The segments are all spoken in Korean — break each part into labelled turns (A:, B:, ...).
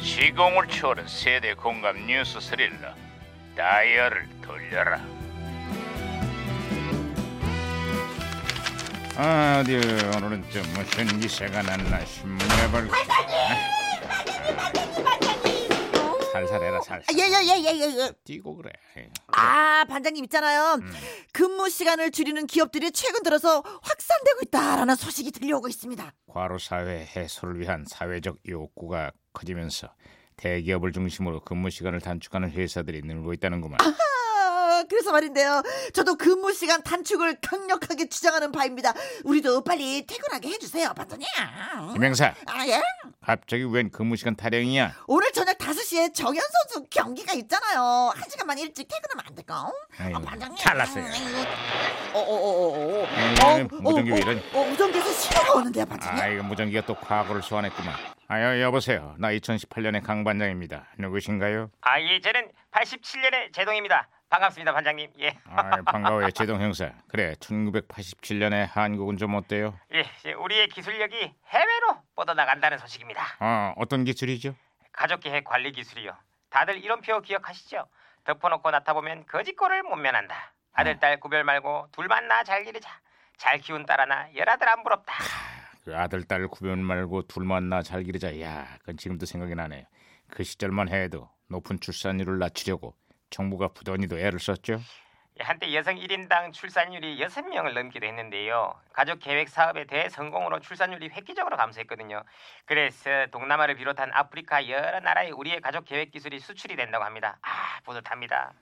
A: 시공을 초월한 세대 공감 뉴스 스릴러 다이얼을 돌려라 아, 어디 오늘은 또 무슨 기사가 났나 신문에 볼까 살살해라 살살
B: 예예예예예 예, 예, 예.
A: 뛰고 그래
B: 아 반장님 있잖아요.
A: 음.
B: 근무 시간을 줄이는 기업들이 최근 들어서 확산되고 있다라는 소식이 들려오고 있습니다.
A: 과로사회 해소를 위한 사회적 요구가 커지면서 대기업을 중심으로 근무 시간을 단축하는 회사들이 늘고 있다는구만
B: 아, 그래서 말인데요. 저도 근무 시간 단축을 강력하게 주장하는 바입니다. 우리도 빨리 퇴근하게 해주세요, 반장님.
A: 김행사
B: 아 예.
A: 갑자기 웬 근무 시간 타령이야
B: 오늘 저녁 5시에 정현 선수 경기가 있잖아요. 한 시간만 일찍 퇴근하면 안 될까? 아,
A: 아이고, 음,
B: 반장님. 음.
A: 잘났어요.
B: 어어어어어.
A: 아이고, 무전기 왜 이러니?
B: 어, 무전기에서 신호가 오는데요, 반장님.
A: 아 이거 무전기가 또 과거를 소환했구만. 아여 여보세요. 나 2018년의 강 반장입니다. 누구신가요?
C: 아, 예, 저는 87년의 제동입니다. 반갑습니다, 반장님. 예,
A: 아 반가워요 제동 형사. 그래 1987년에 한국은 좀 어때요?
C: 예, 예, 우리의 기술력이 해외로 뻗어나간다는 소식입니다.
A: 아 어떤 기술이죠?
C: 가족계획 관리 기술이요. 다들 이런 표 기억하시죠? 덮어놓고 나타보면 거짓꼴을 못 면한다. 아들 딸 구별 말고 둘만 나 잘 기르자. 잘 키운 딸 하나 열아들 안 부럽다.
A: 그 아들 딸 구별 말고 둘만 나 잘 기르자. 야 그건 지금도 생각이 나네요. 그 시절만 해도 높은 출산율을 낮추려고 정부가 부단히도 애를 썼죠.
C: 예, 한때 여성 1인당 출산율이 6명을 넘기도 했는데요. 가족 계획 사업의 대성공으로 출산율이 획기적으로 감소했거든요. 그래서 동남아를 비롯한 아프리카 여러 나라에 우리의 가족 계획 기술이 수출이 된다고 합니다. 아, 뿌듯합니다.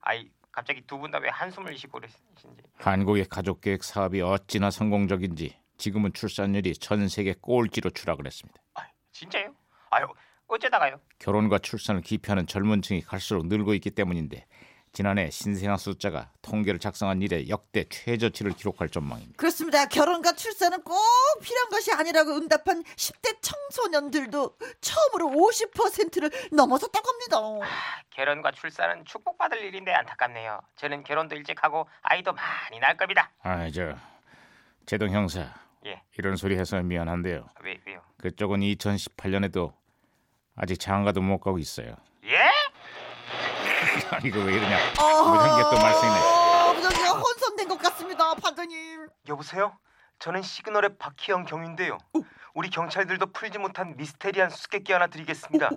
C: 아이, 갑자기 두 분 다 왜 한숨을 쉬고 그러신지.
A: 한국의 가족 계획 사업이 어찌나 성공적인지 지금은 출산율이 전 세계 꼴찌로 추락을 했습니다.
C: 아, 진짜요? 아유, 어쩌다가요?
A: 결혼과 출산을 기피하는 젊은 층이 갈수록 늘고 있기 때문인데 지난해 신생아 숫자가 통계를 작성한 이래 역대 최저치를 기록할 전망입니다.
B: 그렇습니다. 결혼과 출산은 꼭 필요한 것이 아니라고 응답한 10대 청소년들도 처음으로 50%를 넘어섰다고 합니다.
C: 아, 결혼과 출산은 축복받을 일인데 안타깝네요. 저는 결혼도 일찍 하고 아이도 많이 낳을 겁니다.
A: 아, 저 제동 형사
C: 예,
A: 이런 소리 해서 미안한데요.
C: 왜, 왜요?
A: 그쪽은 2018년에도 아직 장가도 못 가고 있어요.
C: 예?
A: 아니, 이거 왜 이러냐? 무슨 게또 말썽이네.
B: 어, 무전기가 혼선된 것 같습니다, 반장님.
C: 여보세요? 저는 시그널의 박희영 경위인데요. 우리 경찰들도 풀지 못한 미스테리한 수수께끼 하나 드리겠습니다.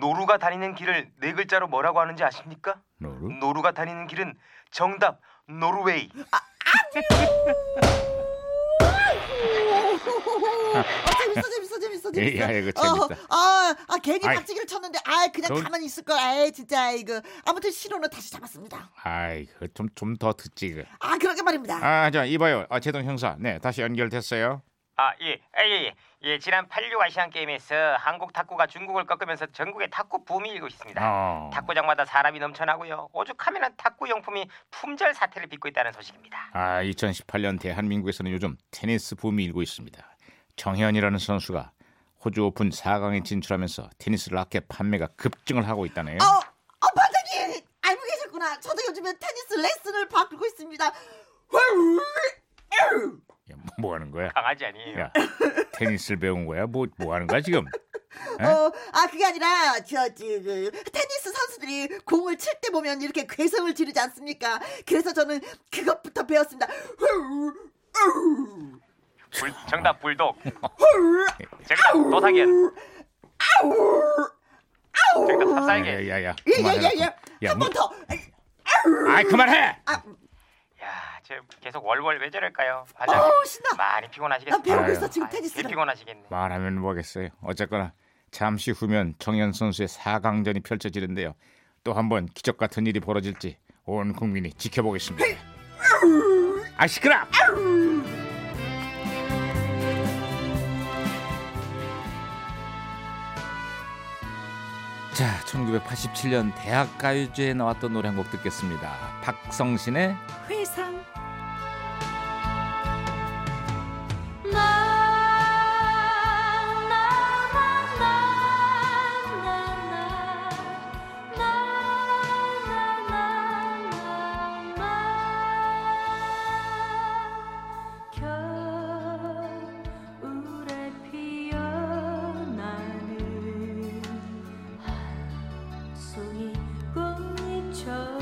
C: 노루가 다니는 길을 네 글자로 뭐라고 하는지 아십니까?
A: 노루?
C: 노루가 다니는 길은 정답 노르웨이.
B: 아, 재밌어, 재밌어, 재밌어, 재밌어.
A: 야, 이거 예, 재밌다.
B: 어, 아, 아, 괜히
A: 아이.
B: 박치기를 쳤는데, 아, 그냥
A: 저-
B: 가만히 있을 걸. 아, 진짜 이거. 아무튼 신호는 다시 잡았습니다.
A: 아이, 좀좀 더 듣지. 이거.
B: 아, 그러게 말입니다.
A: 아, 자 이봐요. 아, 제동 형사, 네 다시 연결됐어요.
C: 아 예, 아, 예, 예, 예. 지난 86 아시안 게임에서 한국 탁구가 중국을 꺾으면서 전국의 탁구 붐이 일고 있습니다.
A: 어.
C: 탁구장마다 사람이 넘쳐나고요. 오죽하면 탁구 용품이 품절 사태를 빚고 있다는 소식입니다.
A: 아, 2018년 대한민국에서는 요즘 테니스 붐이 일고 있습니다. 정현이라는 선수가 호주 오픈 4강에 진출하면서 테니스 라켓 판매가 급증을 하고 있다네요.
B: 어, 어, 반장님 알고 계셨구나. 저도 요즘에 테니스 레슨을 받고 있습니다.
A: 야, 뭐 하는 거야?
C: 강아지 아니에요?
A: 야, 테니스를 배운 거야? 뭐 뭐 하는 거야 지금?
B: 어, 아 그게 아니라 저, 저 그, 테니스 선수들이 공을 칠 때 보면 이렇게 괴성을 지르지 않습니까? 그래서 저는 그것부터 배웠습니다.
C: 불, 정답 불독. 정답 노상현. 정답 삽살개.
A: 야야야. 야, 그만해라.
B: 예예예예.
A: 야,
B: 한
A: 뭐,
B: 번 더.
A: 아이 그만해.
B: 아,
C: 야, 쟤 계속 월월 왜 저럴까요? 반장.
B: 어우 신나.
C: 많이
B: 나
C: 피곤하시겠어요.
B: 배우고
A: 아유.
B: 있어 지금
C: 아유, 제일
B: 테니스를.
C: 피곤하시겠네.
A: 말하면 뭐겠어요. 어쨌거나 잠시 후면 정현 선수의 4강전이 펼쳐지는데요. 또 한 번 기적 같은 일이 벌어질지 온 국민이 지켜보겠습니다. 아 시끄러! 자, 1987년 대학 가요제에 나왔던 노래 한 곡 듣겠습니다. 박성신의
D: 회상 나나나나나나나나나 겨울에 피어나는 멈춰